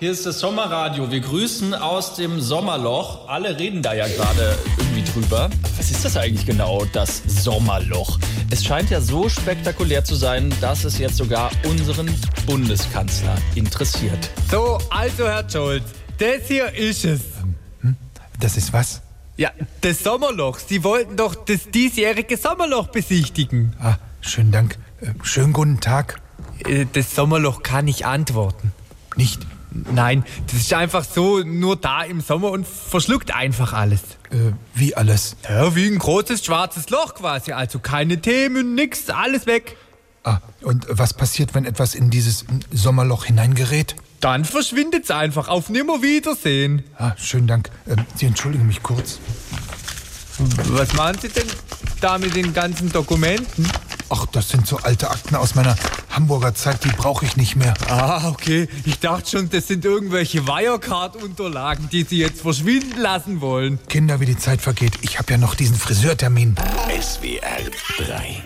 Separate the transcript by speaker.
Speaker 1: Hier ist das Sommerradio. Wir grüßen aus dem Sommerloch. Alle reden da ja gerade irgendwie drüber. Was ist das eigentlich genau, das Sommerloch? Es scheint ja so spektakulär zu sein, dass es jetzt sogar unseren Bundeskanzler interessiert.
Speaker 2: So, also Herr Scholz, das hier ist es.
Speaker 3: Das ist was?
Speaker 2: Ja, das Sommerloch. Sie wollten doch das diesjährige Sommerloch besichtigen.
Speaker 3: Ah, schönen Dank. Äh, schönen guten Tag.
Speaker 2: Äh, Das Sommerloch kann ich antworten.
Speaker 3: Nicht.
Speaker 2: Nein, das ist einfach so nur da im Sommer und verschluckt einfach alles.
Speaker 3: Äh, wie alles.
Speaker 2: Ja, wie ein großes schwarzes Loch quasi. Also keine Themen, nix, alles weg.
Speaker 3: Ah, und was passiert, wenn etwas in dieses mm, Sommerloch hineingerät?
Speaker 2: Dann verschwindet's einfach. Auf Nimmerwiedersehen.
Speaker 3: Ah, schönen Dank. Ähm, Sie entschuldigen mich kurz.
Speaker 2: Was machen Sie denn da mit den ganzen Dokumenten?
Speaker 3: Ach, das sind so alte Akten aus meiner Hamburger Zeit, die brauche ich nicht mehr.
Speaker 2: Ah, okay. Ich dachte schon, das sind irgendwelche Wirecard-Unterlagen, die Sie jetzt verschwinden lassen wollen.
Speaker 3: Kinder, wie die Zeit vergeht. Ich habe ja noch diesen Friseurtermin.
Speaker 4: SWR 3